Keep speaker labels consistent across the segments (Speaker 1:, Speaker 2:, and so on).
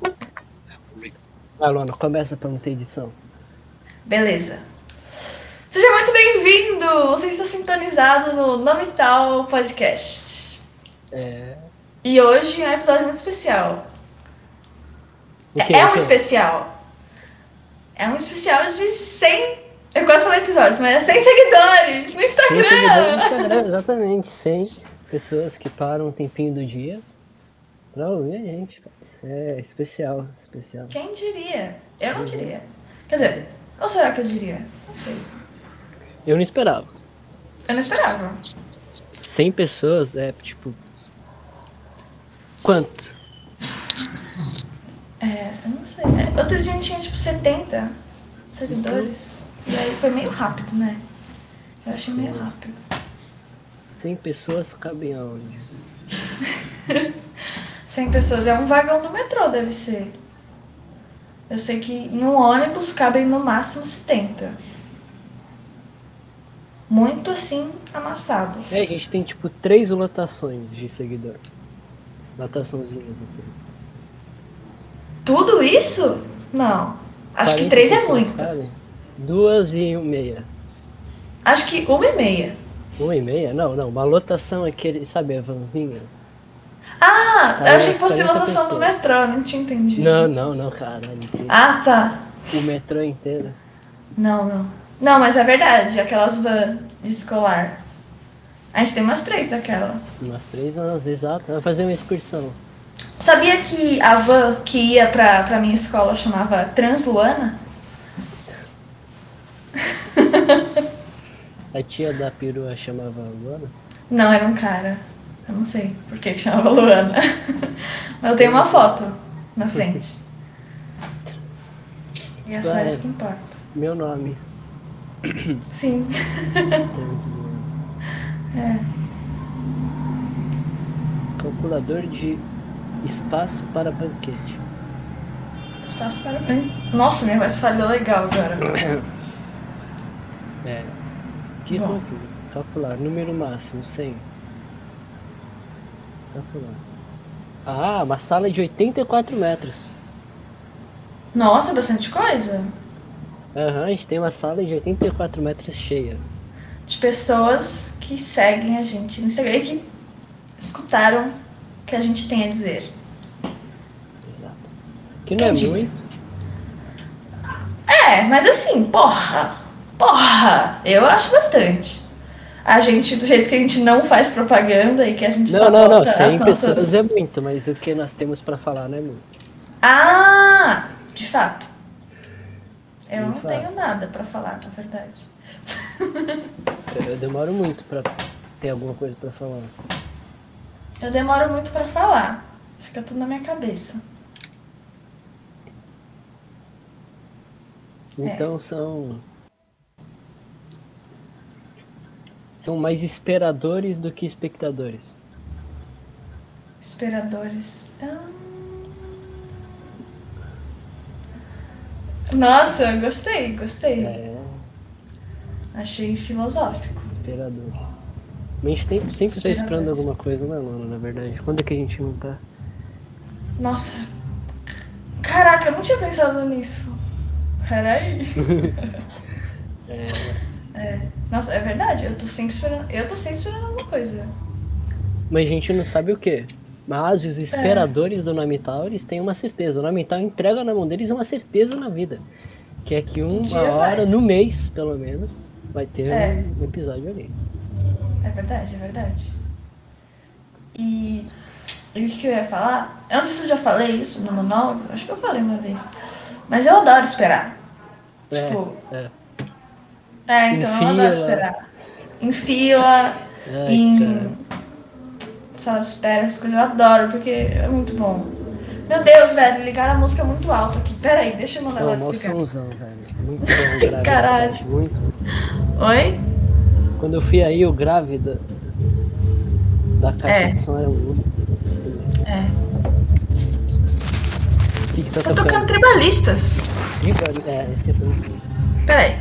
Speaker 1: Vai, Ah, Luana, começa pra não ter edição.
Speaker 2: Beleza. Seja muito bem-vindo! Você está sintonizado no Nome Tal Podcast.
Speaker 1: É.
Speaker 2: E hoje é um episódio muito especial.
Speaker 1: O quê?
Speaker 2: é um
Speaker 1: O quê?
Speaker 2: especial. É um especial de 100. Eu quase falei episódios, mas é 100 seguidores no
Speaker 1: Tem seguidores no
Speaker 2: Instagram!
Speaker 1: Instagram, Exatamente, 100 pessoas que param um tempinho do dia pra ouvir a gente. cara. Isso é especial, especial.
Speaker 2: Quem diria? Eu
Speaker 1: Uhum.
Speaker 2: não diria. Quer dizer, ou será que eu diria? Não sei.
Speaker 1: Eu não esperava.
Speaker 2: Eu não esperava.
Speaker 1: 100 pessoas é tipo. Quanto?
Speaker 2: É, eu não sei. É, Outro dia a gente tinha tipo 70 seguidores. E aí foi meio rápido, né? Eu achei meio rápido.
Speaker 1: 100 pessoas cabem aonde?
Speaker 2: 100 pessoas é um vagão do metrô, deve ser. Eu sei que em um ônibus cabem no máximo 70. Muito assim, amassado.
Speaker 1: É, a gente tem tipo três lotações de seguidor. Lotaçãozinhas assim.
Speaker 2: Tudo isso? Não. Acho que
Speaker 1: 40
Speaker 2: três é
Speaker 1: pessoas, tá?
Speaker 2: muito.
Speaker 1: sabe? Duas e um meia.
Speaker 2: Acho que uma e meia.
Speaker 1: Uma e meia? Não, não. Uma lotação é aquele, sabe, a vanzinha?
Speaker 2: Ah, eu achei
Speaker 1: Parece
Speaker 2: que fosse
Speaker 1: 40
Speaker 2: lotação do
Speaker 1: pessoas.
Speaker 2: metrô, não tinha entendido.
Speaker 1: Não, não, não, caralho. tem
Speaker 2: Ah, tá.
Speaker 1: O metrô inteiro.
Speaker 2: Não, não. Não, mas é verdade, aquelas van de escolar. A gente tem umas três daquela.
Speaker 1: Umas três horas exato. Vai fazer uma excursão.
Speaker 2: Sabia que a van que ia pra, pra minha escola chamava Transluana?
Speaker 1: A tia da perua chamava a Luana.
Speaker 2: Não, era um cara. Eu não sei por que que chamava Luana. Mas eu tenho uma foto na frente. E é só
Speaker 1: Vai.
Speaker 2: isso que importa.
Speaker 1: Meu nome.
Speaker 2: Sim.
Speaker 1: Trans Luana.
Speaker 2: É.
Speaker 1: Calculador de espaço para banquete.
Speaker 2: Espaço para mim. Nossa, minha voz falhou legal agora.
Speaker 1: É. Que
Speaker 2: Bom.
Speaker 1: conclui. Calcular. Número máximo, 100. Calcular. Ah, uma sala de 84 metros.
Speaker 2: Nossa, bastante coisa.
Speaker 1: Aham, a gente tem uma sala de 84 metros cheia.
Speaker 2: de pessoas que seguem a gente no Instagram e que escutaram o que a gente tem a dizer.
Speaker 1: Exato. Que não é
Speaker 2: Entendi.
Speaker 1: muito.
Speaker 2: É, mas assim, porra, porra, eu acho bastante. A gente, do jeito que a gente não faz propaganda e que a gente só
Speaker 1: Não, não, não.
Speaker 2: bota as
Speaker 1: 100
Speaker 2: nossas...
Speaker 1: pessoas é muito, mas o que nós temos pra falar não é muito.
Speaker 2: Ah, de fato. Eu
Speaker 1: De
Speaker 2: não
Speaker 1: fato.
Speaker 2: tenho nada pra falar, na verdade.
Speaker 1: Eu- Eu demoro muito pra ter alguma coisa pra falar.
Speaker 2: Eu demoro muito pra falar. Fica tudo na minha cabeça. É.
Speaker 1: Então são. São mais esperadores do que espectadores.
Speaker 2: Esperadores. Ah. Nossa, gostei, gostei.
Speaker 1: É,
Speaker 2: Achei filosófico.
Speaker 1: esperadores. Mas a gente tem- sempre tá esperando
Speaker 2: Esperadores.
Speaker 1: alguma coisa, né, Lona, na verdade? Quando é que a gente não tá?
Speaker 2: Nossa. Caraca, eu não tinha pensado nisso. Peraí. é. Nossa, é verdade. Eu tô sempre esperando. Eu tô sempre esperando alguma coisa.
Speaker 1: Mas a gente não sabe o que. Mas os esperadores do Namital, eles têm uma certeza. O Namital entrega na mão deles uma certeza na vida. Que é que uma
Speaker 2: Um dia
Speaker 1: hora,
Speaker 2: vai.
Speaker 1: no mês, pelo menos, vai ter
Speaker 2: É.
Speaker 1: um episódio ali.
Speaker 2: É verdade, é verdade. E, e o que eu ia falar? Eu não sei se eu já falei isso no monólogo, acho que eu falei uma vez. Mas eu adoro esperar.
Speaker 1: É,
Speaker 2: Tipo,
Speaker 1: é.
Speaker 2: é,
Speaker 1: Em
Speaker 2: então eu
Speaker 1: fila.
Speaker 2: adoro esperar. Em fila,
Speaker 1: Ai, cara.
Speaker 2: em sala de espera, essas coisas eu adoro, porque é muito bom. Meu Deus, velho, ligaram a música muito alto aqui. Pera aí, deixa eu mandar
Speaker 1: É
Speaker 2: ela
Speaker 1: um maior
Speaker 2: desligar.
Speaker 1: somzão, velho. Muito bom, grávida.
Speaker 2: Caralho.
Speaker 1: gente, Muito bom. um-
Speaker 2: Oi?
Speaker 1: Quando eu fui aí, o grávida da caixa
Speaker 2: É.
Speaker 1: de som era muito sinistro.
Speaker 2: É.
Speaker 1: O que, que tá
Speaker 2: Tá
Speaker 1: tocando?
Speaker 2: tocando tribalistas.
Speaker 1: Ih, barulho. É, isso que eu tô ouvindo.
Speaker 2: Pera aí.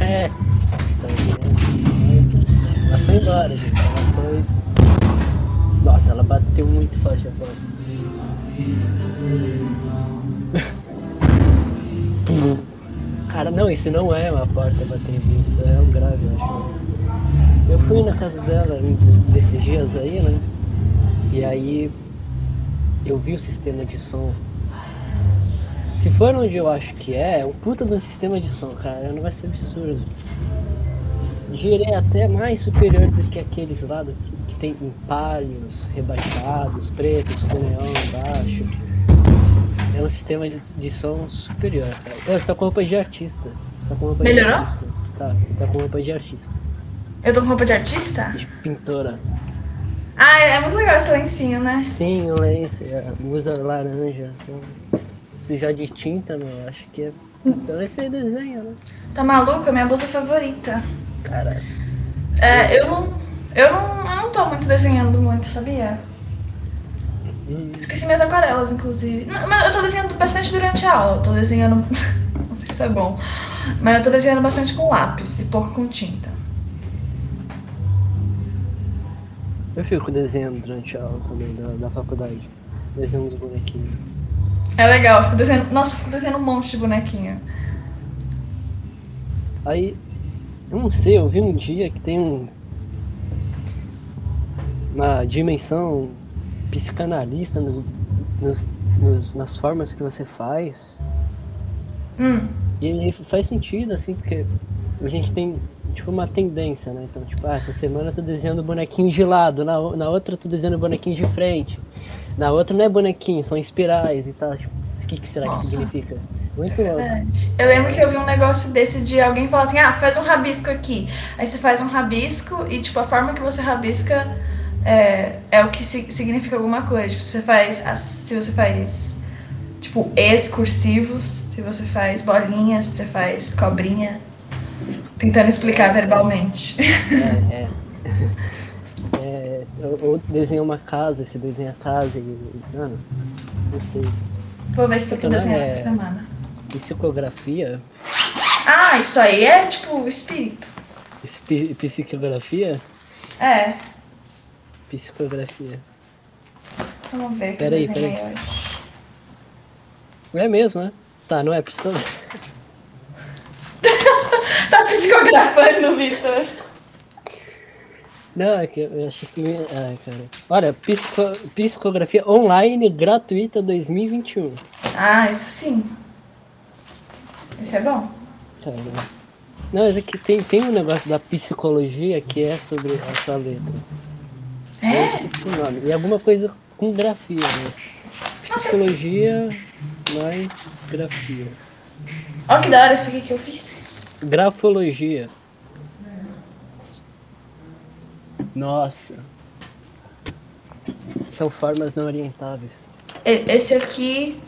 Speaker 1: É. Tá ligado? Ela foi embora, gente. Ela foi. Nossa, ela Ela bateu muito forte a porta. Pum. Cara, não, isso não é uma porta batendo, isso é um grave, eu acho. Eu fui na casa dela nesses dias aí, né? E aí eu vi o sistema de som. Se for onde eu acho que é, é um puta do sistema de som, cara. Não vai ser absurdo. Girei até mais superior do que aqueles lá do- que tem impálios, rebaixados, pretos, com neon embaixo. É um sistema de, de som superior, cara. Então, você tá com roupa de artista. Você tá com roupa
Speaker 2: Melhorou?
Speaker 1: de artista. Tá, você tá com roupa de artista.
Speaker 2: Eu tô com roupa de artista?
Speaker 1: De pintora.
Speaker 2: Ah, é muito legal esse lencinho, né?
Speaker 1: Sim, o lenço, é, usa laranja, assim. Sujar de tinta, meu, eu acho que é. Então esse aí desenho, né?
Speaker 2: Tá maluco? É minha bolsa favorita.
Speaker 1: Caralho.
Speaker 2: É, eu não. Eu não, eu não tô muito desenhando muito, sabia?
Speaker 1: Hum,
Speaker 2: Esqueci minhas aquarelas, inclusive. Não, mas eu tô desenhando bastante durante a aula. Eu tô desenhando. Não sei se isso é bom. Mas eu tô desenhando bastante com lápis e pouco com tinta.
Speaker 1: Eu fico desenhando durante a aula também da, da faculdade. Desenho uns bonequinhos.
Speaker 2: É legal, eu fico desenhando. Nossa, eu fico desenhando um monte de bonequinha.
Speaker 1: Aí, eu não sei, eu vi um dia que tem um. Uma dimensão psicanalista nos, nos, nos, nas formas que você faz.
Speaker 2: Hum.
Speaker 1: E faz sentido, assim, porque a gente tem, tipo, uma tendência, né? Então, tipo, ah, essa semana eu tô desenhando bonequinho de lado, na, o- na outra eu tô desenhando bonequinho de frente, na outra não é bonequinho, são espirais e tal. Tipo, o que, que será que
Speaker 2: Nossa.
Speaker 1: significa? Muito louco.
Speaker 2: Verdade. Eu lembro que eu vi um negócio desse de alguém falar assim, ah, faz um rabisco aqui. Aí você faz um rabisco e, tipo, a forma que você rabisca é, é o que si- significa alguma coisa. Tipo, você faz, as- se você faz, tipo, excursivos, se você faz bolinha, se você faz cobrinha. Tentando explicar verbalmente.
Speaker 1: É, é. É, eu, eu desenho uma casa, você desenha a casa e, mano, não sei.
Speaker 2: Vou ver o que eu tô
Speaker 1: Então,
Speaker 2: desenhando
Speaker 1: é-
Speaker 2: essa semana.
Speaker 1: Psicografia,
Speaker 2: Ah, isso aí é, tipo, espírito.
Speaker 1: Espi- psicografia,
Speaker 2: É,
Speaker 1: psicografia.
Speaker 2: vamos ver o que eu
Speaker 1: Peraí,
Speaker 2: desenhei hoje.
Speaker 1: É mesmo, né? Tá, não é psicografia.
Speaker 2: Tá psicografando, Vitor.
Speaker 1: Não, é que eu achei que. me- Ai, cara. Olha, psico- psicografia online gratuita 2021.
Speaker 2: Ah, isso sim. Isso é bom.
Speaker 1: Cara. Não, mas é que tem, tem um negócio da psicologia que é sobre a sua letra.
Speaker 2: É?
Speaker 1: Eu esqueci o nome. E alguma coisa com grafia mesmo. Psicologia mais grafia.
Speaker 2: Olha que da hora isso aqui que eu fiz.
Speaker 1: Grafologia. Nossa. São formas não orientáveis.
Speaker 2: E- Esse aqui.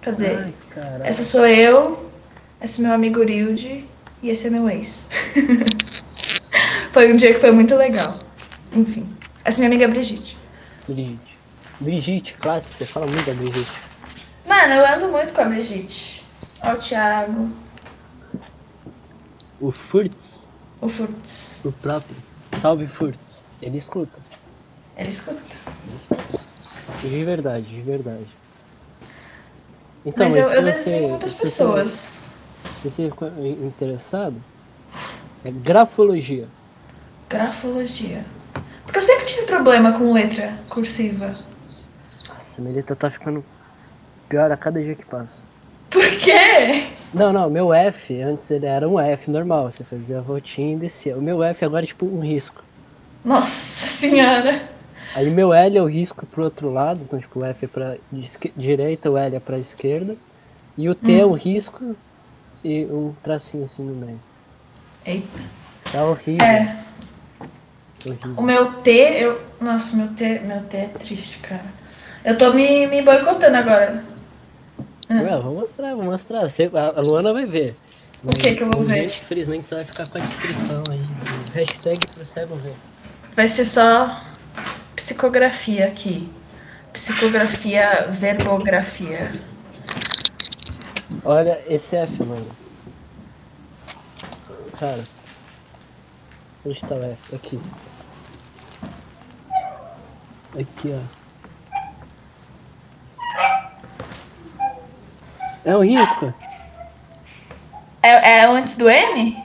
Speaker 2: Cadê?
Speaker 1: Ai, caralho.
Speaker 2: Essa sou eu. Esse é meu amigo Rilde. E esse é meu ex. foi um dia que foi muito legal. Enfim. Essa é minha amiga Brigitte.
Speaker 1: Brigitte. Brigitte, clássico, você fala muito da Brigitte.
Speaker 2: Mano, eu ando muito com a Brigitte. Olha o Thiago.
Speaker 1: O Furtz,
Speaker 2: O Furtz.
Speaker 1: o próprio. Salve Furtz. Ele escuta.
Speaker 2: Ele escuta.
Speaker 1: ele escuta. De verdade, de verdade. Então, mas
Speaker 2: Mas eu,
Speaker 1: se
Speaker 2: eu
Speaker 1: você-
Speaker 2: desenho muitas
Speaker 1: se você-
Speaker 2: pessoas.
Speaker 1: Se você ficou interessado, é grafologia.
Speaker 2: Grafologia. Porque eu sempre tive problema com letra cursiva.
Speaker 1: Nossa, minha letra tá ficando pior a cada dia que passa.
Speaker 2: Por quê?
Speaker 1: Não, não, meu F, antes ele era um F normal, você fazia a rotina e descia. O meu F agora é tipo um risco.
Speaker 2: Nossa senhora.
Speaker 1: Aí meu L é o risco pro outro lado, então tipo, o F é pra de esque- direita, o L é pra esquerda. E o T é um
Speaker 2: Uhum.
Speaker 1: risco e um tracinho assim no meio.
Speaker 2: Eita.
Speaker 1: Tá horrível,
Speaker 2: É,
Speaker 1: horrível.
Speaker 2: o meu T, eu. Nossa, meu T, meu T é triste, cara. Eu tô me, me boicotando agora.
Speaker 1: Ué, vou mostrar, vou mostrar. Você- a a Luana vai ver.
Speaker 2: O que que eu vou
Speaker 1: Mas,
Speaker 2: ver?
Speaker 1: infelizmente, Infelizmente você vai ficar com a descrição aí. Hashtag pro cego ver.
Speaker 2: Vai ser só psicografia aqui. Psicografia, verbografia.
Speaker 1: Olha esse F, mano. Cara. Onde tá o F? Aqui. Aqui, ó. É um risco.
Speaker 2: É, é antes do N?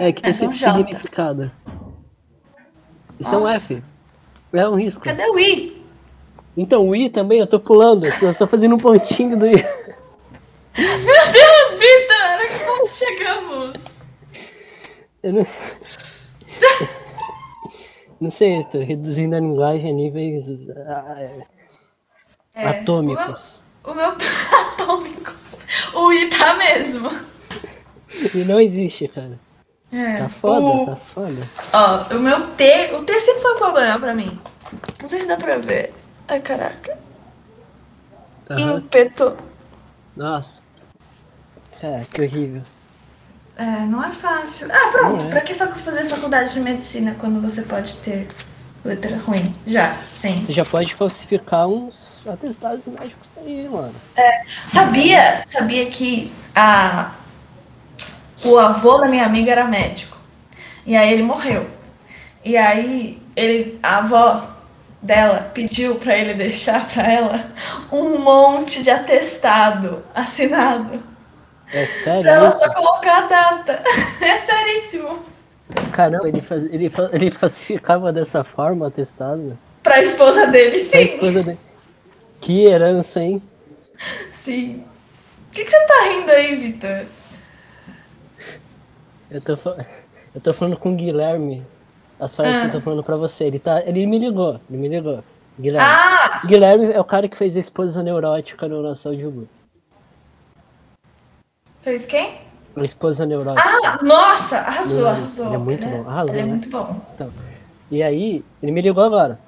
Speaker 1: É que tem
Speaker 2: É só um
Speaker 1: sempre
Speaker 2: J.
Speaker 1: significado. Isso é um
Speaker 2: Nossa.
Speaker 1: F. É um risco.
Speaker 2: Cadê o I?
Speaker 1: Então, o I também, eu tô pulando. Eu tô só fazendo um pontinho do I.
Speaker 2: Meu Deus, Vitor! Como chegamos?
Speaker 1: Eu não... não sei, tô reduzindo a linguagem a níveis ah, é,
Speaker 2: É,
Speaker 1: atômicos.
Speaker 2: O meu, o meu- atômicos. O I tá mesmo.
Speaker 1: E não existe, cara.
Speaker 2: É.
Speaker 1: Tá foda,
Speaker 2: o,
Speaker 1: tá foda.
Speaker 2: Ó, o meu T. O T sempre foi um problema pra mim. Não sei se dá pra ver. Ai, caraca. Uhum.
Speaker 1: Aham.
Speaker 2: Ímpeto.
Speaker 1: Nossa. É, que horrível.
Speaker 2: É, não é fácil. Ah, pronto.
Speaker 1: Não é.
Speaker 2: Pra que facu- fazer faculdade de medicina quando você pode ter letra ruim? Já, sim.
Speaker 1: Você já pode falsificar uns atestados médicos aí, mano.
Speaker 2: Sabia? Sabia que a... o avô da minha amiga era médico. E aí ele morreu. E aí ele, a avó dela pediu pra ele deixar pra ela um monte de atestado assinado.
Speaker 1: É sério?
Speaker 2: Pra ela
Speaker 1: isso?
Speaker 2: só colocar a data. É seríssimo.
Speaker 1: Caramba, ele, faz, ele, fa- ele falsificava dessa forma o atestado.
Speaker 2: Pra esposa dele,
Speaker 1: A
Speaker 2: sim.
Speaker 1: esposa dele. Que herança, hein?
Speaker 2: Sim. O que, que você tá rindo aí, Vitor?
Speaker 1: Eu tô, fa- eu tô falando com o Guilherme. As frases
Speaker 2: Ah.
Speaker 1: que eu tô falando pra você. Ele, tá, ele me ligou, ele me ligou. Guilherme.
Speaker 2: Ah,
Speaker 1: Guilherme é o cara que fez a esposa neurótica no nosso audiobook.
Speaker 2: fez quem?
Speaker 1: A esposa neurótica.
Speaker 2: Ah, nossa, arrasou,
Speaker 1: Ele é
Speaker 2: arrasou.
Speaker 1: muito bom, arrasou,
Speaker 2: Ele é
Speaker 1: né?
Speaker 2: muito bom.
Speaker 1: Então, e aí, ele me ligou agora.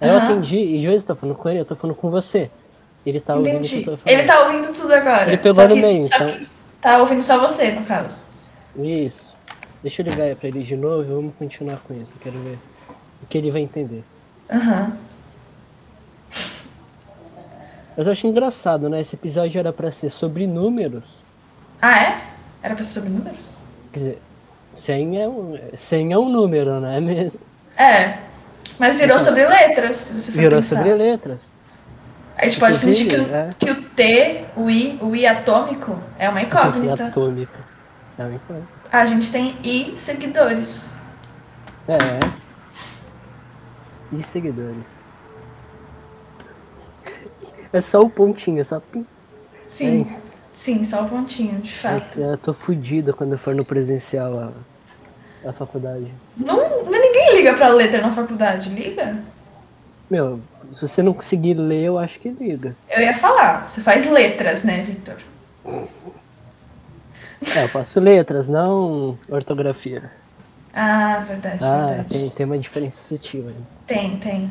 Speaker 1: Aí eu
Speaker 2: Aham.
Speaker 1: atendi, e em vez de eu tô falando com ele, eu tô falando com você. Ele tá ouvindo o que eu
Speaker 2: Entendi.
Speaker 1: tô falando.
Speaker 2: Ele tá ouvindo tudo agora.
Speaker 1: Ele pegou
Speaker 2: só
Speaker 1: no
Speaker 2: que-
Speaker 1: meio,
Speaker 2: só
Speaker 1: então.
Speaker 2: que tá ouvindo só você, no caso.
Speaker 1: Isso. Deixa eu ligar pra ele de novo e vamos continuar com isso. Eu quero ver o que ele vai entender.
Speaker 2: Aham.
Speaker 1: Mas eu acho engraçado, né? Esse episódio era pra ser sobre números.
Speaker 2: Ah, é? Era pra ser sobre números?
Speaker 1: Quer dizer, 100 é um, 100 é um número, né? Mas
Speaker 2: É. Mas virou
Speaker 1: Então,
Speaker 2: sobre letras, se você for
Speaker 1: Virou
Speaker 2: pensar.
Speaker 1: sobre letras.
Speaker 2: A gente pode fingir que, o-
Speaker 1: Inclusive, é.
Speaker 2: que o T, o I, o I atômico é uma
Speaker 1: Energia
Speaker 2: incógnita. Ah,
Speaker 1: atômica. É, uma coisa.
Speaker 2: A gente tem I seguidores.
Speaker 1: é. E seguidores. É só o pontinho, é só pim.
Speaker 2: Sim. Sim, só o pontinho, de
Speaker 1: Nossa,
Speaker 2: fato.
Speaker 1: é, eu tô fudido quando eu for no presencial a, a faculdade.
Speaker 2: Não, mas ninguém liga pra letra na faculdade, liga?
Speaker 1: Meu, se você não conseguir ler, eu acho que liga.
Speaker 2: Eu ia falar, você faz letras, né, Vitor?
Speaker 1: É, eu faço letras, não ortografia.
Speaker 2: Ah, verdade,
Speaker 1: Ah,
Speaker 2: verdade.
Speaker 1: tem, tem uma diferença né? sutil aí.
Speaker 2: Tem, tem.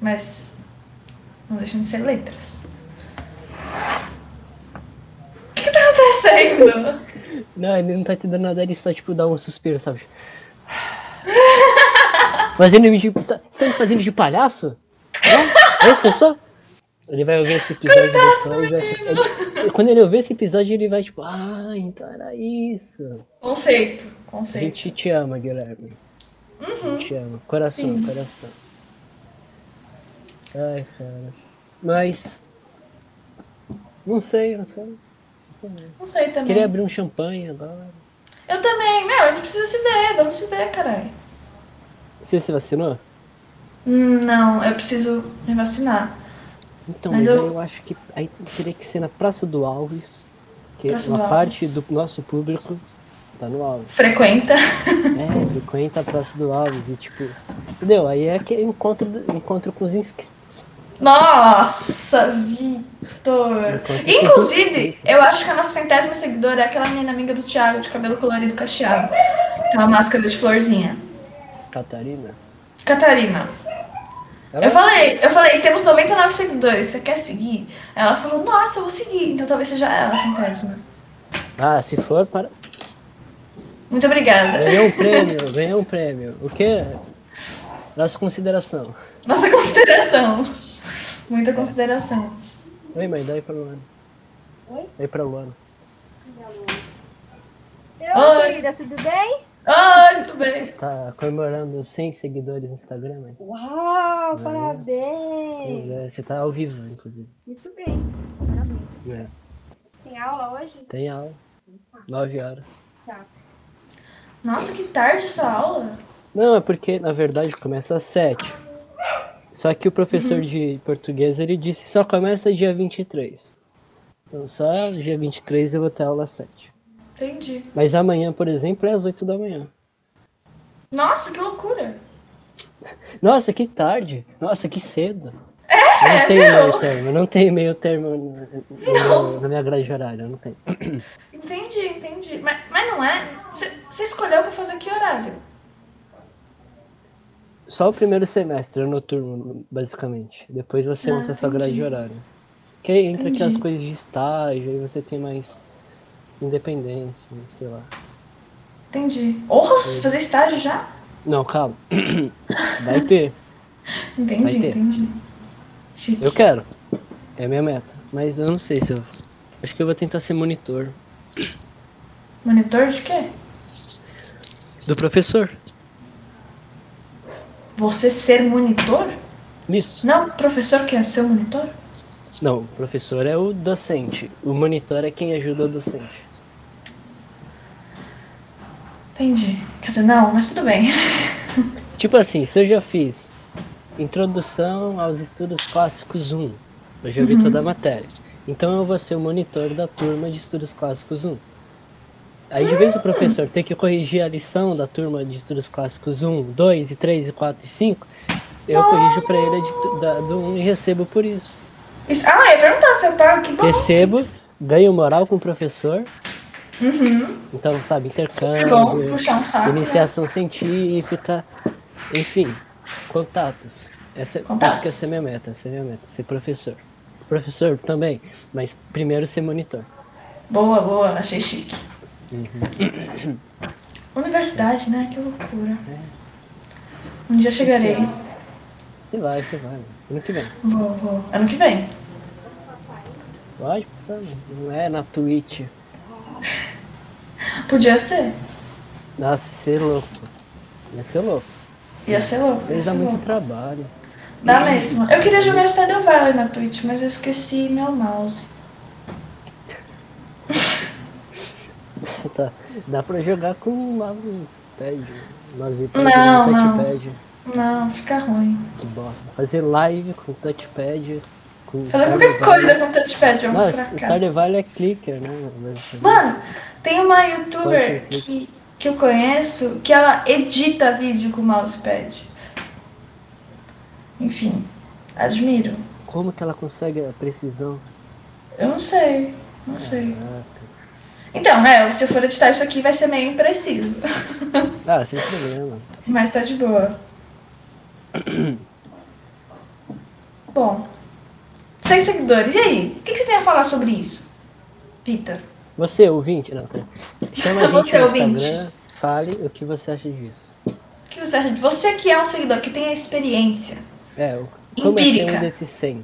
Speaker 2: Mas não deixam de ser letras. O que, que tá acontecendo?
Speaker 1: Não, ele não tá entendendo nada, ele só, tipo, dá um suspiro, sabe? Fazendo de... Tá, você tá me fazendo de palhaço? Não? É isso que eu sou? Ele vai ouvir esse episódio depois. vai- ele- quando ele ouvir esse episódio, ele vai, tipo, ah, então era isso.
Speaker 2: Conceito,
Speaker 1: A
Speaker 2: conceito. Uhum,
Speaker 1: gente te ama, Guilherme. A gente te ama. Coração,
Speaker 2: Sim.
Speaker 1: coração. Ai, cara. Mas. Não sei, não sei.
Speaker 2: Não sei também.
Speaker 1: Queria abrir um champanhe agora.
Speaker 2: Eu também, meu, a gente precisa se ver, vamos se ver, caralho.
Speaker 1: Você se vacinou?
Speaker 2: Hum, Não, eu preciso me vacinar.
Speaker 1: Então,
Speaker 2: Mas
Speaker 1: mas,
Speaker 2: eu-
Speaker 1: aí eu acho que aí teria que ser na Praça do Alves, que
Speaker 2: Praça
Speaker 1: uma
Speaker 2: do
Speaker 1: parte
Speaker 2: Alves.
Speaker 1: do nosso público tá no Alves.
Speaker 2: Frequenta.
Speaker 1: É, frequenta a Praça do Alves e tipo, entendeu? Aí é que encontro, do- encontro com os inscritos.
Speaker 2: Nossa, Vitor! Inclusive, eu acho que a nossa centésima seguidora é aquela menina amiga do Thiago, de cabelo colorido cacheado. Tem uma máscara de florzinha.
Speaker 1: Catarina.
Speaker 2: Catarina.
Speaker 1: Ela- é
Speaker 2: Eu falei, eu falei, temos 99 seguidores, você quer seguir? Ela falou, nossa, eu vou seguir, então talvez seja ela a centésima.
Speaker 1: Ah, se for, para.
Speaker 2: Muito obrigada.
Speaker 1: Ganhou um prêmio, ganhou um prêmio. O quê? Nossa consideração.
Speaker 2: Nossa consideração. Muita consideração.
Speaker 1: Oi, mãe, dá aí pra Luana.
Speaker 3: Oi?
Speaker 1: Aí pra Luana.
Speaker 3: Oi,
Speaker 2: Oi.
Speaker 3: querida, tudo bem?
Speaker 2: Oi, Ah, tudo bem?
Speaker 1: Tá comemorando 100 seguidores no Instagram, mãe?
Speaker 3: Uau, parabéns!
Speaker 1: Pois é, Você tá ao vivo, inclusive.
Speaker 3: Muito bem, parabéns.
Speaker 1: né?
Speaker 3: Tem aula hoje?
Speaker 1: Tem aula. nove horas.
Speaker 3: Tá.
Speaker 2: Nossa, que tarde sua aula.
Speaker 1: Não, é porque, na verdade, começa às sete. Só que o professor de português, ele disse que só começa dia 23. Então só dia 23 eu vou ter aula às 7.
Speaker 2: Entendi.
Speaker 1: Mas amanhã, por exemplo, é às 8 da manhã.
Speaker 2: Nossa, que loucura.
Speaker 1: Nossa, que tarde. Nossa, que cedo. não tem
Speaker 2: não.
Speaker 1: meio termo, não tem meio termo no-
Speaker 2: Não.
Speaker 1: no- na minha grade horária, não tem.
Speaker 2: Entendi, entendi. Mas, mas não é? Você você escolheu pra fazer que horário?
Speaker 1: Só o primeiro semestre é noturno, basicamente. Depois você
Speaker 2: Ah,
Speaker 1: monta a sua grade
Speaker 2: entendi.
Speaker 1: horária. Que aí entra
Speaker 2: Entendi.
Speaker 1: aquelas coisas de estágio, aí você tem mais independência, sei lá.
Speaker 2: Entendi. Porra, você fazer estágio já?
Speaker 1: Não, calma. Vai ter. Vai
Speaker 2: Entendi,
Speaker 1: ter.
Speaker 2: entendi. Chique.
Speaker 1: Eu quero. É a minha meta. Mas eu não sei se eu. Acho que eu vou tentar ser monitor
Speaker 2: Monitor de quê?
Speaker 1: do professor.
Speaker 2: Você ser monitor?
Speaker 1: Isso.
Speaker 2: Não, professor quer ser monitor?
Speaker 1: Não, o professor é o docente. O monitor é quem ajuda o docente.
Speaker 2: Entendi. Quer dizer, não, mas tudo bem.
Speaker 1: Tipo assim, se eu já fiz Introdução aos Estudos Clássicos 1, eu já vi toda a matéria. Então eu vou ser o monitor da turma de Estudos Clássicos 1. Aí de vez o professor ter que corrigir a lição da turma de Estudos Clássicos 1, 2 e 3 e 4 e 5, eu corrijo pra ele a de tu- da- do 1 e recebo por isso.
Speaker 2: Isso- ah, eu ia perguntar, você paga, que bom.
Speaker 1: Recebo, ganho moral com o professor,
Speaker 2: Uhum.
Speaker 1: então sabe,
Speaker 2: É bom
Speaker 1: intercâmbio,
Speaker 2: puxar um saco. né?
Speaker 1: iniciação científica, enfim, contatos. Essa,
Speaker 2: Contatos.
Speaker 1: Acho que essa é a minha meta, essa é a minha meta, ser professor. Professor também, mas primeiro ser monitor.
Speaker 2: Boa, boa, achei chique.
Speaker 1: Uhum.
Speaker 2: Universidade, né? Que loucura.
Speaker 1: É.
Speaker 2: Um dia chegarei.
Speaker 1: né? Você vai, você vai, mano. ano que vem.
Speaker 2: Vou, vou. Ano que vem.
Speaker 1: Pode passar, mano. não é na Twitch.
Speaker 2: Podia ser.
Speaker 1: Nossa, isso é louco. Ia ser louco.
Speaker 2: Ia ser louco. ia
Speaker 1: Eles dá
Speaker 2: ser
Speaker 1: muito
Speaker 2: é louco.
Speaker 1: trabalho.
Speaker 2: Dá mesmo. Eu queria jogar Stardew Valley na Twitch, mas eu esqueci meu mouse.
Speaker 1: Tá. Dá pra jogar com o mouse pad. Mouse pad,
Speaker 2: Não, não.
Speaker 1: touchpad.
Speaker 2: Não, fica ruim.
Speaker 1: Que bosta. Fazer live com touchpad. Com
Speaker 2: Fazer qualquer coisa com touchpad é um
Speaker 1: Nossa, o Stardew
Speaker 2: fracasso.
Speaker 1: Valley é clicker, né? Mas-
Speaker 2: Mano, tem uma
Speaker 1: Pode
Speaker 2: youtuber
Speaker 1: ser.
Speaker 2: que, que eu conheço que ela edita vídeo com mousepad. Enfim, admiro.
Speaker 1: Como que ela consegue a precisão?
Speaker 2: Eu não sei, não sei.
Speaker 1: Caraca.
Speaker 2: Então, é, se eu for editar isso aqui vai ser meio impreciso.
Speaker 1: Ah, sem problema.
Speaker 2: Mas tá de boa. Bom, sem seguidores. E aí? O que que você tem a falar sobre isso, Peter?
Speaker 1: Você, ouvinte, não, tá. Chama a gente
Speaker 2: Você,
Speaker 1: no
Speaker 2: ouvinte.
Speaker 1: Instagram, fale o que você acha disso.
Speaker 2: O que você acha? de- Você que é um seguidor, que tem a experiência.
Speaker 1: É, o- como é que é
Speaker 2: Empírica.
Speaker 1: um desses 100?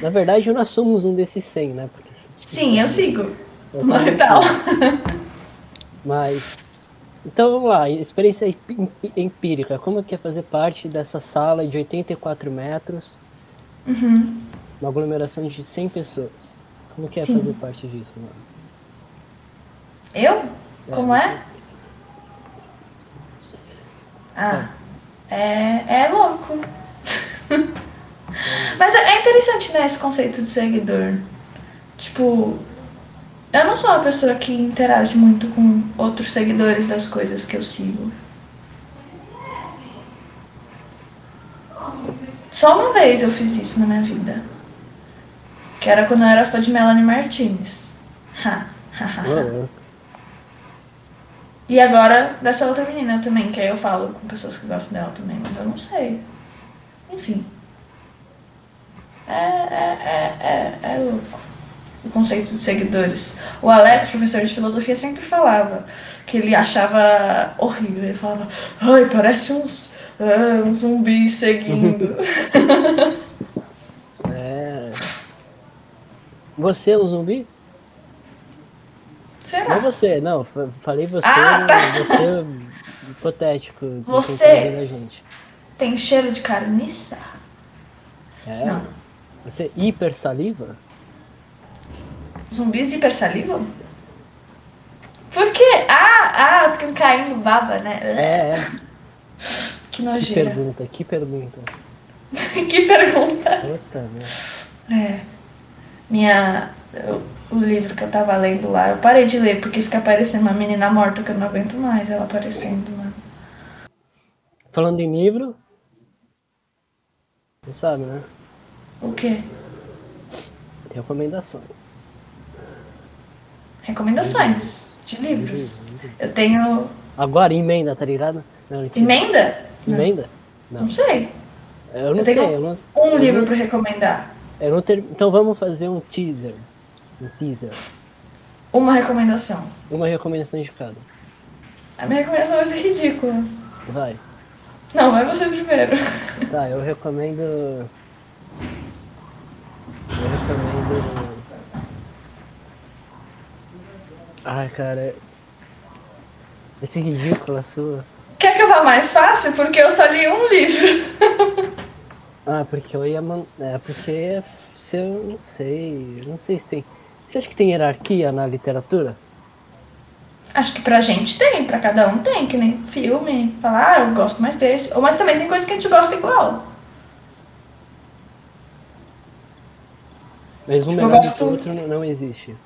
Speaker 1: Na verdade, nós somos um desses 100, né? Porque
Speaker 2: Sim, eu sigo.
Speaker 1: eu
Speaker 2: Não é
Speaker 1: também
Speaker 2: tal.
Speaker 1: sou. Mas, então vamos lá, experiência empi- empi- empírica. Como que é fazer parte dessa sala de 84 metros,
Speaker 2: Uhum.
Speaker 1: uma aglomeração de 100 pessoas? Como que é
Speaker 2: Sim.
Speaker 1: fazer parte disso, mano?
Speaker 2: Eu? Como é? Ah, é, é louco. Mas é é interessante, né, esse conceito de seguidor. Tipo, eu não sou uma pessoa que interage muito com outros seguidores das coisas que eu sigo. Só uma vez eu fiz isso na minha vida. Que era quando eu era fã de Melanie Martinez. Ha, ha, ha, ha.
Speaker 1: Ô, louco.
Speaker 2: E agora dessa outra menina também, que aí eu falo com pessoas que gostam dela também, mas eu não sei. Enfim. É, é, é, é, é louco. O conceito de seguidores. O Alex, professor de filosofia, sempre falava que ele achava horrível. Ele falava, ai, parece uns, ah, um zumbi seguindo.
Speaker 1: É. Você é um zumbi? Não
Speaker 2: Será?
Speaker 1: você, não. fa- Falei você,
Speaker 2: Ah, tá.
Speaker 1: você é hipotético. não tem
Speaker 2: Você.
Speaker 1: problema Da gente.
Speaker 2: Tem cheiro de carniça?
Speaker 1: É,
Speaker 2: Não.
Speaker 1: Você é hiper saliva?
Speaker 2: Zumbis hipersalivam? Por quê? Ah, ah, ficam caindo baba, né?
Speaker 1: É, é.
Speaker 2: Que
Speaker 1: Que
Speaker 2: nojeira.
Speaker 1: pergunta, que pergunta.
Speaker 2: que pergunta.
Speaker 1: Puta merda.
Speaker 2: É. Minha. eu- o livro que eu tava lendo lá, eu parei de ler porque fica aparecendo uma menina morta que eu não aguento mais ela aparecendo, mano.
Speaker 1: Falando em livro. Você sabe, né?
Speaker 2: O quê?
Speaker 1: Recomendações.
Speaker 2: Recomendações de livros. Eu tenho.
Speaker 1: Agora emenda, tá ligado? Não, mentira.
Speaker 2: Emenda?
Speaker 1: Emenda?
Speaker 2: Não, não sei.
Speaker 1: Eu não
Speaker 2: Eu
Speaker 1: sei,
Speaker 2: tenho
Speaker 1: eu não,
Speaker 2: um livro pra recomendar.
Speaker 1: eu não ter... Então vamos fazer um teaser. Um teaser.
Speaker 2: Uma recomendação.
Speaker 1: Uma recomendação de cada.
Speaker 2: A minha recomendação vai ser ridícula.
Speaker 1: Vai.
Speaker 2: Não, vai você primeiro.
Speaker 1: Tá, eu recomendo. Eu recomendo. Ai, cara. Esse ridícula sua.
Speaker 2: Quer que eu vá mais fácil? Porque eu só li um livro.
Speaker 1: Ah, porque eu ia man... É, porque se eu não sei. eu Não sei se tem. Você acha que tem hierarquia na literatura?
Speaker 2: Acho que pra gente tem, pra cada um tem, que nem filme, falar, ah, eu gosto mais desse. Ou mas também tem coisa que a gente gosta igual.
Speaker 1: Mas um
Speaker 2: Tipo, eu
Speaker 1: melhor do
Speaker 2: gosto-
Speaker 1: que o outro não existe.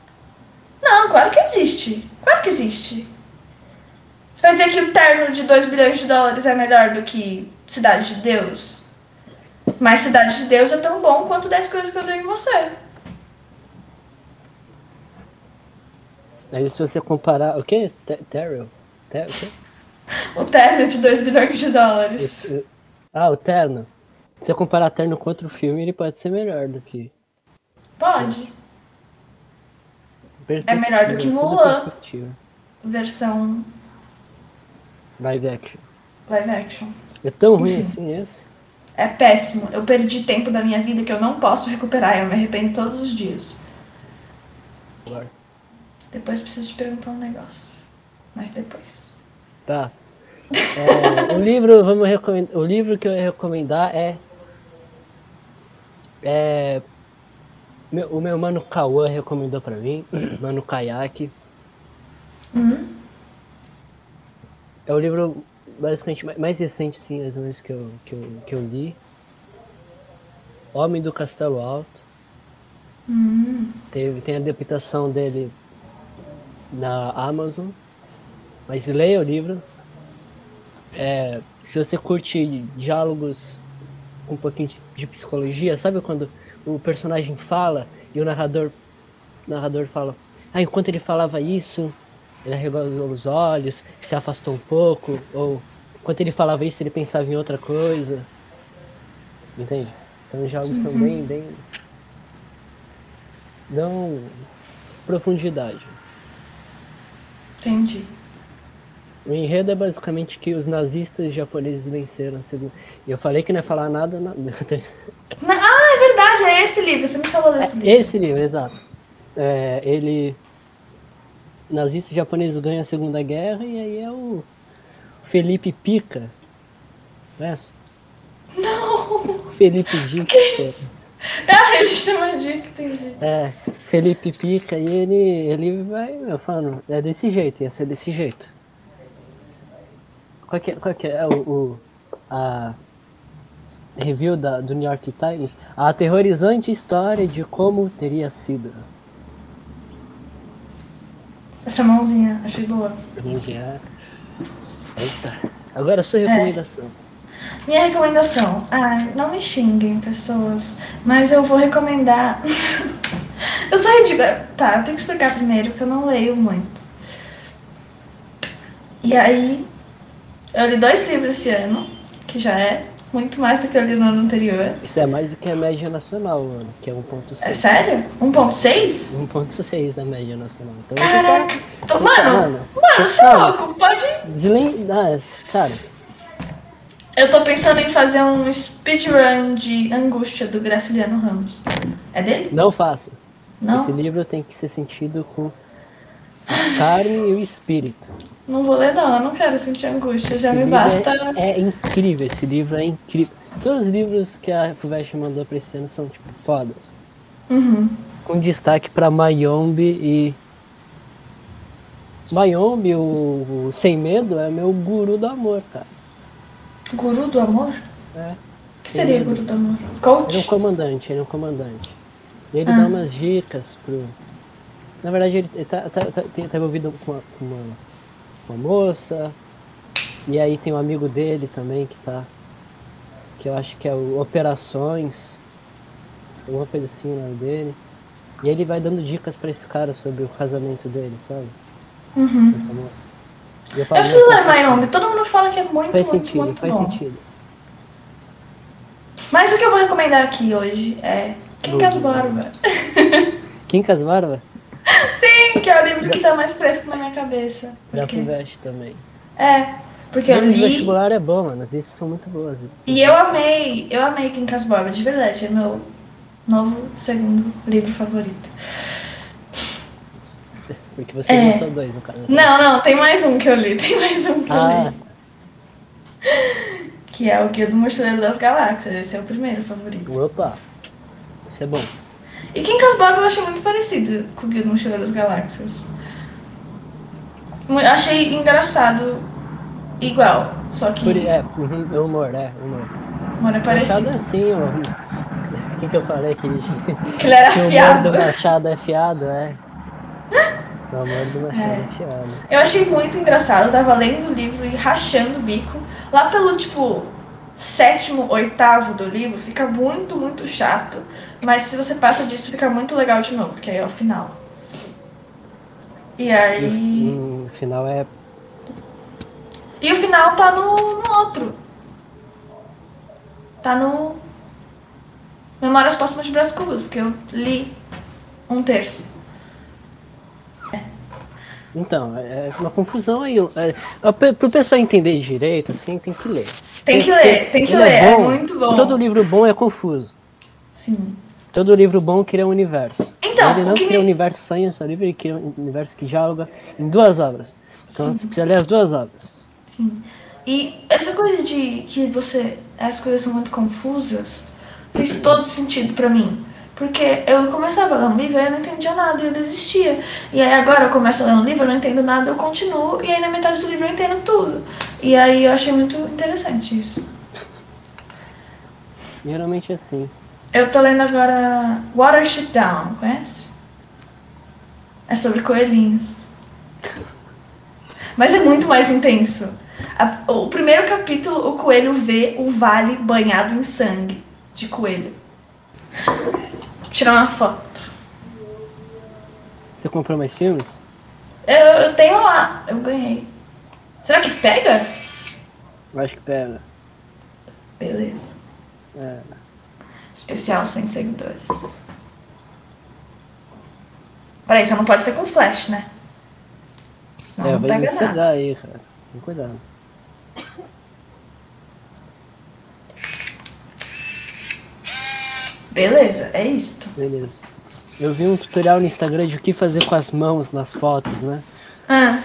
Speaker 2: Não, claro que existe. Claro que existe. Você vai dizer que o terno de 2 bilhões de dólares é melhor do que Cidade de Deus? Mas Cidade de Deus é tão bom quanto 10 coisas que eu dei em você.
Speaker 1: Aí se você comparar. O que? Terrell? Ter... o quê?
Speaker 2: O terno de 2 bilhões de dólares.
Speaker 1: Esse- Ah, o Terno. Se eu comparar Terno com outro filme, ele pode ser melhor do que.
Speaker 2: Pode. É melhor do que
Speaker 1: Toda
Speaker 2: Mulan.
Speaker 1: perspectiva.
Speaker 2: Versão
Speaker 1: Live action.
Speaker 2: live action.
Speaker 1: É tão ruim
Speaker 2: Enfim.
Speaker 1: assim esse?
Speaker 2: É péssimo. Eu perdi tempo da minha vida que eu não posso recuperar. Eu me arrependo todos os dias.
Speaker 1: Claro.
Speaker 2: Depois preciso te perguntar um negócio. Mas depois.
Speaker 1: Tá. É, o livro, vamos recomendar. O livro que eu ia recomendar é. É. meu- o meu mano Cauã recomendou pra mim, Mano Kayak.
Speaker 2: Hum?
Speaker 1: É o livro basicamente ma- mais recente, assim, mais ou menos que eu, que eu, que eu li. Homem do Castelo Alto.
Speaker 2: Hum.
Speaker 1: Teve, tem a adaptação dele na Amazon. Mas leia o livro. É, se você curte diálogos com um pouquinho de, de psicologia, sabe quando o personagem fala e o narrador, narrador fala, ah, enquanto ele falava isso, ele arregalou os olhos, se afastou um pouco, ou enquanto ele falava isso, ele pensava em outra coisa. Entende? Então os diálogos são bem, bem. dão profundidade.
Speaker 2: Entendi.
Speaker 1: O enredo é basicamente que os nazistas japoneses venceram a segunda. E eu falei que não ia falar nada. Na...
Speaker 2: Na- ah, é verdade. É esse livro. Você me falou desse livro.
Speaker 1: Esse livro, exato. É, ele. Nazistas japoneses ganham a Segunda Guerra e aí é o Felipe Pica. é Conhece?
Speaker 2: Não.
Speaker 1: Felipe Dica.
Speaker 2: Ah, ele chama de que entendi.
Speaker 1: É, Felipe Pica e ele, ele vai, eu falo, é desse jeito, ia ser desse jeito. Qual que é, qual que é o, o- a review da, do New York Times? A aterrorizante história de como teria sido.
Speaker 2: Essa mãozinha. Achei boa.
Speaker 1: Já- é, Eita. Agora a sua recomendação.
Speaker 2: Minha recomendação. Ai, não me xinguem, pessoas. Mas eu vou recomendar. eu sou ridícula. Tá, eu tenho que explicar primeiro que eu não leio muito. E aí, eu li dois livros esse ano, que já é muito mais do que eu li no ano anterior.
Speaker 1: Isso é mais do que a média nacional, mano, que é
Speaker 2: É
Speaker 1: 1.6.
Speaker 2: sério? 1.6?
Speaker 1: 1.6 a média nacional. Então você tá-
Speaker 2: Caraca! Tô- mano,
Speaker 1: Mano,
Speaker 2: mano, você é
Speaker 1: fala.
Speaker 2: louco, pode.
Speaker 1: Deslen... Ah, cara,
Speaker 2: Eu tô pensando em fazer um speedrun de angústia do Graciliano Ramos. É dele?
Speaker 1: não faça.
Speaker 2: Não?
Speaker 1: Esse livro tem que ser sentido com a carne e o espírito.
Speaker 2: Não vou ler não, eu não quero sentir angústia, já
Speaker 1: Esse
Speaker 2: me
Speaker 1: livro
Speaker 2: basta.
Speaker 1: É, é incrível, esse livro é incrível. Todos os livros que a FUVEST mandou pra esse ano são, tipo, fodas.
Speaker 2: Uhum.
Speaker 1: com destaque pra Mayombe e. Mayombe, o, o Sem Medo, é meu guru do amor, cara.
Speaker 2: Guru do amor?
Speaker 1: É.
Speaker 2: O que seria guru do amor? Coach?
Speaker 1: Ele é um comandante, ele é um comandante. E ele
Speaker 2: Ah.
Speaker 1: dá umas dicas pro. Na verdade, ele ele tá, tá, tá, tem- tá envolvido com uma, com uma- com uma moça. E aí tem um amigo dele também que tá. Que eu acho que é o Operações. Alguma coisa assim o nome dele. E aí ele vai dando dicas pra esse cara sobre o casamento dele, sabe?
Speaker 2: Uhum.
Speaker 1: Essa moça. E eu
Speaker 2: Eu
Speaker 1: falo,
Speaker 2: preciso
Speaker 1: "Meu,
Speaker 2: ler Miami. Todo mundo fala que é muito,
Speaker 1: Faz
Speaker 2: muito,
Speaker 1: sentido,
Speaker 2: muito
Speaker 1: faz
Speaker 2: bom.
Speaker 1: sentido.
Speaker 2: Mas o que eu vou recomendar aqui hoje é Quem
Speaker 1: Luz.
Speaker 2: Casbarba.
Speaker 1: Kim Casvarva?
Speaker 2: Sim, que é o livro que tá mais fresco na minha cabeça.
Speaker 1: Já
Speaker 2: Porque-
Speaker 1: converte também.
Speaker 2: É, porque eu
Speaker 1: Livro de
Speaker 2: li
Speaker 1: vestibular é bom, mano. As listas são muito boas. assim,
Speaker 2: e eu amei, eu amei Quem Casbarba, de verdade. É meu novo segundo livro favorito.
Speaker 1: Porque você
Speaker 2: É.
Speaker 1: não só dois, no caso.
Speaker 2: Não, não, tem mais um que eu li, tem mais um que eu
Speaker 1: Ah,
Speaker 2: li. Que é o Guia do Mochileiro das Galáxias. Esse é o primeiro favorito.
Speaker 1: opa. Isso é bom.
Speaker 2: E Quem Casbarba eu achei muito parecido com o Guia do Mochileiro das Galáxias. Mu- Achei engraçado igual, só que
Speaker 1: Por, é, uhum, é humor, é, humor.
Speaker 2: mano, é
Speaker 1: Machado
Speaker 2: parecido.
Speaker 1: é assim, ó. O que que eu falei que, que
Speaker 2: Que ele era
Speaker 1: o humor
Speaker 2: afiado.
Speaker 1: do Machado é fiado, é? O humor do Machado é, fiado.
Speaker 2: Eu achei muito engraçado, eu tava lendo o livro e rachando o bico. Lá pelo tipo sétimo, oitavo do livro, fica muito, muito chato. Mas se você passa disso, fica muito legal de novo, porque aí é o final. E
Speaker 1: E,
Speaker 2: aí.
Speaker 1: no final é.
Speaker 2: E o final tá no, no outro. Tá no. Memórias Póstumas de Brás Cubas, que eu li um terço.
Speaker 1: Então, é uma confusão aí. É, pra- pro pessoal entender direito, assim, tem que ler.
Speaker 2: Tem que ler, tem que
Speaker 1: Ele
Speaker 2: ler, é muito bom.
Speaker 1: Todo livro bom é confuso.
Speaker 2: Sim.
Speaker 1: Todo livro bom cria um universo.
Speaker 2: Então,
Speaker 1: ele
Speaker 2: o
Speaker 1: não
Speaker 2: que
Speaker 1: cria um
Speaker 2: me-
Speaker 1: universo só em um só livro, ele cria um universo que dialoga em duas obras. Então você precisa ler as duas obras.
Speaker 2: Sim. E essa coisa de que você. as coisas são muito confusas fez todo sentido pra mim. Porque eu começava a ler um livro e eu não entendia nada, e eu desistia. E aí agora eu começo a ler um livro, eu não entendo nada, eu continuo, e aí na metade do livro eu entendo tudo. E aí eu achei muito interessante isso.
Speaker 1: Geralmente é assim.
Speaker 2: Eu tô lendo agora Watership Down, conhece? É sobre coelhinhos. Mas é muito mais intenso. A- o primeiro capítulo, o coelho vê o vale banhado em sangue de coelho. Tirar uma foto.
Speaker 1: Você comprou mais filmes?
Speaker 2: Eu, eu tenho lá, eu ganhei. Será que pega?
Speaker 1: Eu acho que pega.
Speaker 2: Beleza.
Speaker 1: É.
Speaker 2: Especial sem seguidores. Peraí, só não pode ser com flash, né? Senão
Speaker 1: é,
Speaker 2: não
Speaker 1: vai
Speaker 2: pega
Speaker 1: você
Speaker 2: nada.
Speaker 1: dar aí, cara. Tem cuidado.
Speaker 2: Beleza, é isto.
Speaker 1: Beleza. Eu vi um tutorial no Instagram de o que fazer com as mãos nas fotos, né?
Speaker 2: Ah,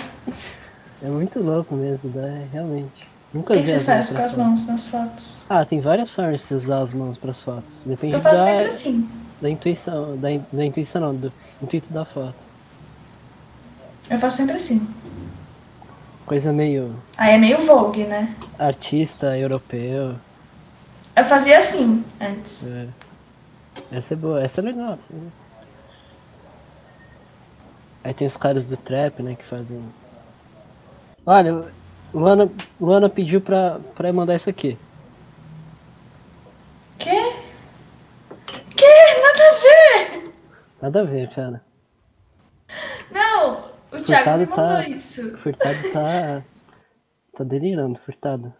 Speaker 1: É muito louco mesmo, né? Realmente.
Speaker 2: o
Speaker 1: Nunca
Speaker 2: que, que
Speaker 1: vi
Speaker 2: você
Speaker 1: as mãos
Speaker 2: faz com
Speaker 1: pra
Speaker 2: as
Speaker 1: foto.
Speaker 2: mãos nas fotos?
Speaker 1: Ah, tem várias formas de você usar as mãos para as fotos. Depende
Speaker 2: Eu faço
Speaker 1: da,
Speaker 2: sempre assim.
Speaker 1: da intuição, da, in- da intuição não, do intuito da foto.
Speaker 2: Eu faço sempre assim.
Speaker 1: Coisa meio
Speaker 2: Aí é meio vogue, né?
Speaker 1: artista europeu.
Speaker 2: Eu fazia assim antes.
Speaker 1: é. Essa é boa, essa é legal. essa é legal. Aí tem os caras do trap, né, que fazem. Olha, Luana, Luana pediu pra, pra eu mandar isso aqui.
Speaker 2: Que? Que? Nada a ver!
Speaker 1: Nada a ver, cara.
Speaker 2: Não! O Thiago me
Speaker 1: Coitado,
Speaker 2: mandou
Speaker 1: tá.
Speaker 2: isso.
Speaker 1: Furtado tá. tá delirando, furtado.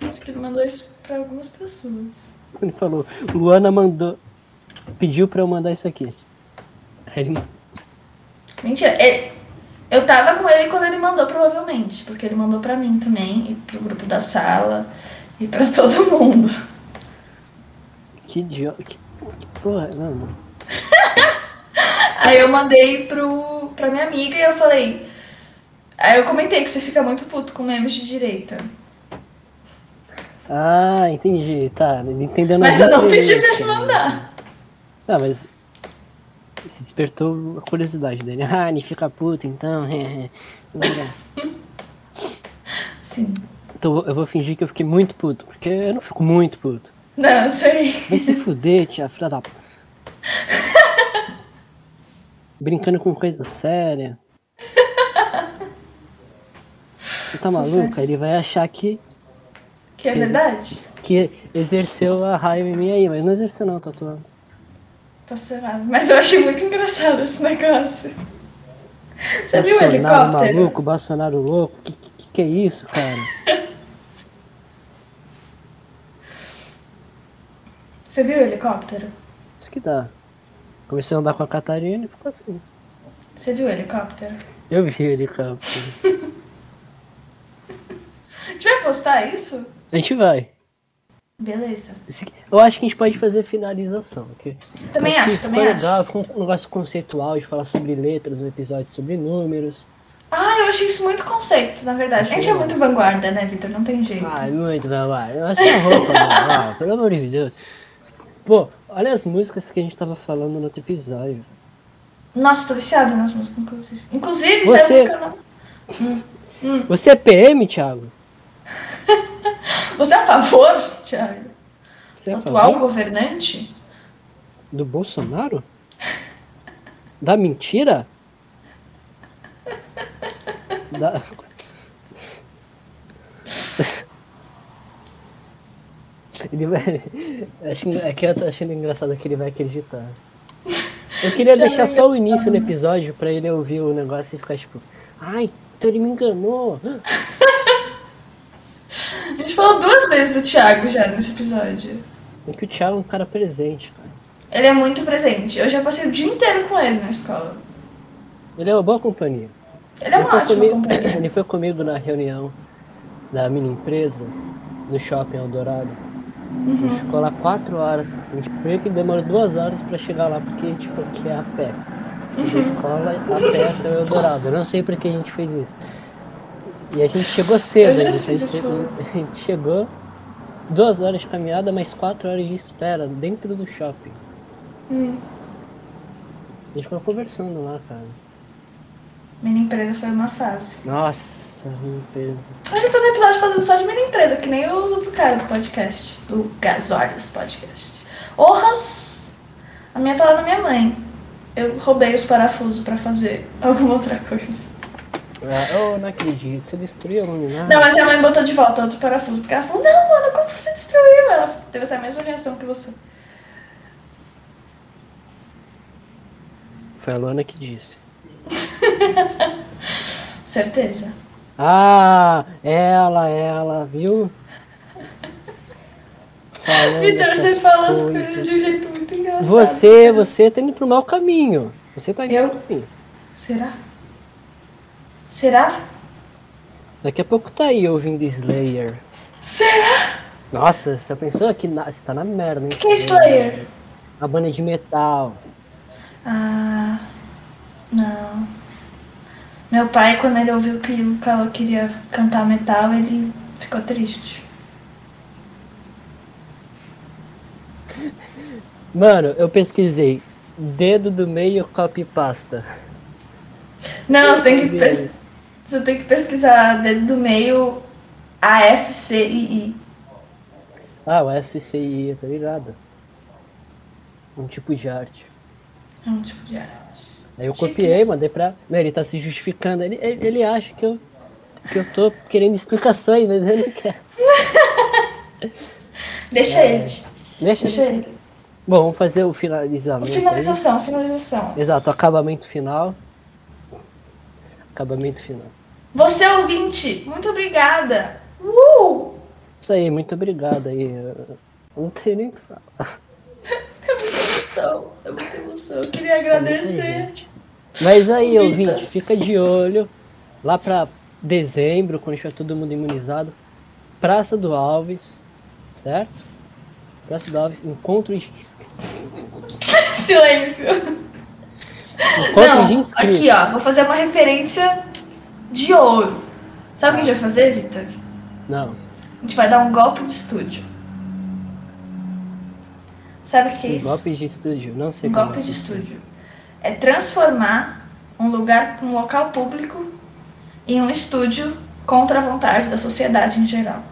Speaker 2: Acho que ele mandou isso pra algumas pessoas.
Speaker 1: Ele falou, Luana mandou. Pediu pra eu mandar isso aqui. Aí ele
Speaker 2: Mentira, ele- eu tava com ele quando ele mandou, provavelmente. Porque ele mandou pra mim também, e pro grupo da sala, e pra todo mundo.
Speaker 1: Que idiota. Que, que porra, é, não, não.
Speaker 2: Aí eu mandei pro, pra minha amiga e eu falei. Aí eu comentei que você fica muito puto com memes de direita.
Speaker 1: Ah, entendi. Tá, ele entendeu na
Speaker 2: Mas eu não
Speaker 1: vida
Speaker 2: pedi
Speaker 1: dele,
Speaker 2: pra ele
Speaker 1: cara.
Speaker 2: mandar.
Speaker 1: Tá, mas. se despertou a curiosidade dele. Ah, ele fica puto então. é, é.
Speaker 2: Sim.
Speaker 1: Então eu vou fingir que eu fiquei muito puto, porque eu não fico muito puto.
Speaker 2: Não, sei.
Speaker 1: Vai se fuder, tia, filha da. p- Brincando com coisa séria. Você tá
Speaker 2: Sucesso.
Speaker 1: maluca? Ele vai achar que,
Speaker 2: Que é verdade?
Speaker 1: que exerceu a raiva em mim aí, mas não exerceu não, tatuando.
Speaker 2: Tá cerrado. Mas eu achei muito engraçado esse negócio. Você viu o
Speaker 1: Bolsonaro
Speaker 2: helicóptero?
Speaker 1: maluco, Bolsonaro louco, que, que que é isso, cara?
Speaker 2: Você viu o helicóptero?
Speaker 1: Isso que dá. Comecei a andar com a Catarina e ficou assim.
Speaker 2: Você viu o helicóptero?
Speaker 1: Eu vi ele, cara.
Speaker 2: A gente vai postar isso?
Speaker 1: A gente vai.
Speaker 2: Beleza.
Speaker 1: Esse- Eu acho que a gente pode fazer finalização. ok?
Speaker 2: Também
Speaker 1: Acho que
Speaker 2: acho, também
Speaker 1: ficou
Speaker 2: acho.
Speaker 1: legal, ficou um negócio conceitual de falar sobre letras, um episódio sobre números.
Speaker 2: Ah, eu achei isso muito conceito, na verdade. A gente é muito vanguarda, né, Vitor? Não tem jeito.
Speaker 1: Ai, muito, meu amor. Nossa é roupa, mano. Ah, pelo amor de Deus. Pô, olha as músicas que a gente tava falando no outro episódio.
Speaker 2: Nossa, tô viciada nas músicas, inclusive. Inclusive,
Speaker 1: Você-
Speaker 2: saiu música nova.
Speaker 1: Você é PM, Thiago?
Speaker 2: Você é a favor, Thiago?
Speaker 1: Você é
Speaker 2: do
Speaker 1: a
Speaker 2: atual
Speaker 1: favor
Speaker 2: governante?
Speaker 1: do Bolsonaro? Da mentira? Da... Ele vai. Acho que- é que eu tô achando engraçado que ele vai acreditar. Eu queria
Speaker 2: Deixa eu
Speaker 1: deixar
Speaker 2: ver.
Speaker 1: só o início do episódio pra ele ouvir o negócio e ficar tipo, ai, então ele me enganou.
Speaker 2: A gente falou duas vezes do Thiago já nesse episódio.
Speaker 1: É que o Thiago é um cara presente, cara.
Speaker 2: Ele é muito presente. Eu já passei o dia inteiro com ele na escola.
Speaker 1: Ele é uma boa companhia.
Speaker 2: Ele é uma
Speaker 1: foi
Speaker 2: ótima
Speaker 1: comigo,
Speaker 2: companhia.
Speaker 1: ele foi comigo na reunião da minha empresa, no shopping Eldorado. A
Speaker 2: Uhum.
Speaker 1: gente ficou lá quatro horas. A gente meio que demorou duas horas pra chegar lá, porque a gente foi que é a pé.
Speaker 2: Uhum.
Speaker 1: Da escola é a pé até o Eldorado. Eu não sei por que a gente fez isso. E a gente chegou cedo,
Speaker 2: Eu já
Speaker 1: a, gente,
Speaker 2: fiz
Speaker 1: a gente-
Speaker 2: isso.
Speaker 1: a gente chegou duas horas de caminhada, mais quatro horas de espera dentro do shopping.
Speaker 2: Hum.
Speaker 1: A gente ficou conversando lá, cara.
Speaker 2: Mini empresa foi uma fase.
Speaker 1: Nossa, minha empresa.
Speaker 2: Mas tem que fazer um episódio fazendo só de mini empresa, que nem os outros caras do podcast. Do Gasólios Podcast. Orras! A minha palavra é minha mãe. Eu roubei os parafusos pra fazer alguma outra coisa.
Speaker 1: Ah, eu não acredito, você destruiu né? a luminária.
Speaker 2: Não, é- mas minha mãe botou de volta outro parafuso, porque ela falou, não, mano, como você destruiu? Ela teve essa mesma reação que você.
Speaker 1: Foi a Luana que disse.
Speaker 2: Certeza.
Speaker 1: Ah, ela, ela, viu? Falando
Speaker 2: Vitor, você
Speaker 1: essas
Speaker 2: fala as coisas.
Speaker 1: coisas.
Speaker 2: de um jeito muito engraçado.
Speaker 1: Você, você tá indo pro mau caminho. Você tá indo
Speaker 2: Eu?
Speaker 1: pro caminho.
Speaker 2: Será? Será?
Speaker 1: Daqui a pouco tá aí ouvindo Slayer.
Speaker 2: Será?
Speaker 1: Nossa, você pensou que na... você tá na merda, hein?
Speaker 2: Quem é Slayer?
Speaker 1: A banda de metal.
Speaker 2: Ah. Não. Meu pai, quando ele ouviu que o Calor queria cantar metal, ele ficou triste.
Speaker 1: Mano, eu pesquisei. Dedo do meio copy pasta.
Speaker 2: Não, você tem que, pes- você tem que pesquisar dedo do meio ASCII.
Speaker 1: Ah, o SCI, tá ligado? Um tipo de arte.
Speaker 2: É um tipo de arte.
Speaker 1: Aí eu copiei, mandei pra. Não, ele tá se justificando. Ele, ele, ele acha que eu, que eu tô querendo explicações, mas eu não quero.
Speaker 2: Deixa ele.
Speaker 1: Deixa.
Speaker 2: Deixa ele.
Speaker 1: Bom, vamos fazer o finalizamento. aí.
Speaker 2: Finalização, finalização.
Speaker 1: Exato, acabamento final. Acabamento final.
Speaker 2: Você é ouvinte, muito obrigada. Uh!
Speaker 1: Isso aí, muito obrigado aí. Eu não tenho nem o que falar.
Speaker 2: emoção, é muita emoção. Eu queria agradecer.
Speaker 1: Mas aí,
Speaker 2: Vida.
Speaker 1: ouvinte, fica de olho. Lá pra dezembro, quando estiver todo mundo imunizado. Praça do Alves, certo? Praça do Alves, encontro de,
Speaker 2: Silêncio.
Speaker 1: encontro de
Speaker 2: Não,
Speaker 1: inscritos.
Speaker 2: aqui ó, vou fazer uma referência de ouro. Sabe o que a gente vai fazer, Vitor?
Speaker 1: Não.
Speaker 2: A gente vai dar um golpe de estúdio. Sabe o que é
Speaker 1: Um
Speaker 2: isso?
Speaker 1: golpe de estúdio, não sei
Speaker 2: Um
Speaker 1: como
Speaker 2: golpe
Speaker 1: é.
Speaker 2: de estúdio. é transformar um lugar, um local público em um estúdio contra a vontade da sociedade em geral.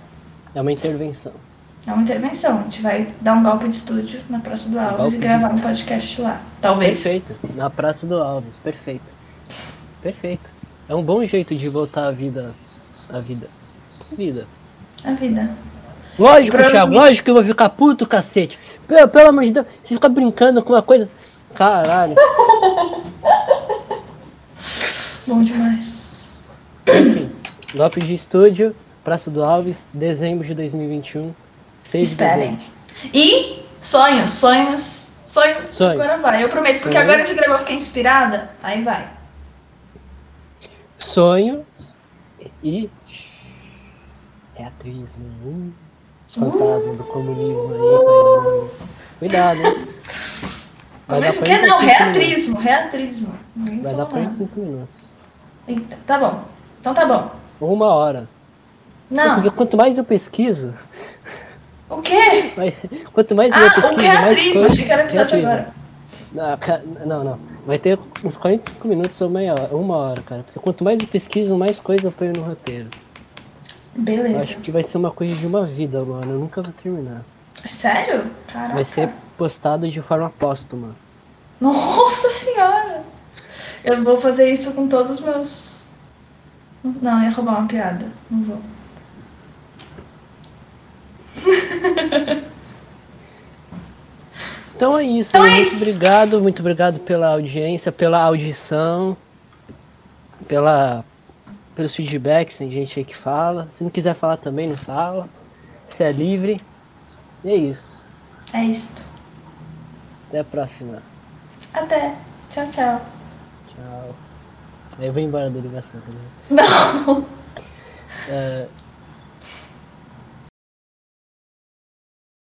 Speaker 1: É uma intervenção.
Speaker 2: É uma intervenção. A gente vai dar um golpe de estúdio na Praça do Alves
Speaker 1: golpe de
Speaker 2: e gravar um
Speaker 1: estúdio.
Speaker 2: podcast lá. Talvez.
Speaker 1: Perfeito. Na Praça do Alves, perfeito. Perfeito. É um bom jeito de voltar a vida. A vida. A vida.
Speaker 2: A vida.
Speaker 1: Lógico,
Speaker 2: Pra-
Speaker 1: Thiago, lógico que eu vou ficar puto, cacete. Pelo, pelo amor de Deus, você fica brincando com uma coisa. Caralho.
Speaker 2: Bom demais.
Speaker 1: Golpe de estúdio, Praça do Alves, dezembro de 2021. 6 um, de
Speaker 2: Esperem.
Speaker 1: dezembro.
Speaker 2: E sonhos, sonhos, sonhos.
Speaker 1: Sonhos.
Speaker 2: Agora vai, eu prometo, porque
Speaker 1: Sonhos.
Speaker 2: agora a gente gravou, eu fiquei inspirada. Aí vai.
Speaker 1: Sonhos e. é Teatrismo. hum. Fantasma do comunismo aí, pairando. Cuidado, hein? Vai dar
Speaker 2: Começo o quê?
Speaker 1: 45
Speaker 2: Não, é
Speaker 1: minutos.
Speaker 2: reatrismo, reatrismo. Ninguém
Speaker 1: Vai dar
Speaker 2: falou nada.
Speaker 1: 45 minutos.
Speaker 2: Eita, tá bom. Então tá bom.
Speaker 1: Ou uma hora. Porque
Speaker 2: Não.
Speaker 1: quanto mais eu pesquiso,
Speaker 2: O quê?
Speaker 1: mais- quanto mais eu
Speaker 2: Ah, o
Speaker 1: pesquiso, mais
Speaker 2: reatrismo.
Speaker 1: coisa...
Speaker 2: Achei que era episódio
Speaker 1: reatrismo.
Speaker 2: agora.
Speaker 1: Não, ca- não, não. Vai ter uns 45 minutos ou meia hora, uma hora, cara. Porque quanto mais eu pesquiso, mais coisa eu ponho no roteiro. Eu
Speaker 2: Beleza.
Speaker 1: acho que vai ser uma coisa de uma vida agora, eu nunca vou terminar.
Speaker 2: É Sério? Caraca.
Speaker 1: Vai ser postado de forma póstuma.
Speaker 2: Nossa senhora! Eu vou fazer isso com todos os meus. Não, eu ia roubar uma piada. Não vou.
Speaker 1: Então é isso.
Speaker 2: Então é
Speaker 1: muito
Speaker 2: isso.
Speaker 1: obrigado, muito obrigado pela audiência, pela audição, pela pelos feedbacks, tem gente aí que fala. Se não quiser falar também, não fala. Você é livre. E é isso.
Speaker 2: É isto.
Speaker 1: Até a próxima.
Speaker 2: Até. Tchau, tchau.
Speaker 1: Tchau. Aí eu vou embora da ligação também.
Speaker 2: Não!
Speaker 1: tá É,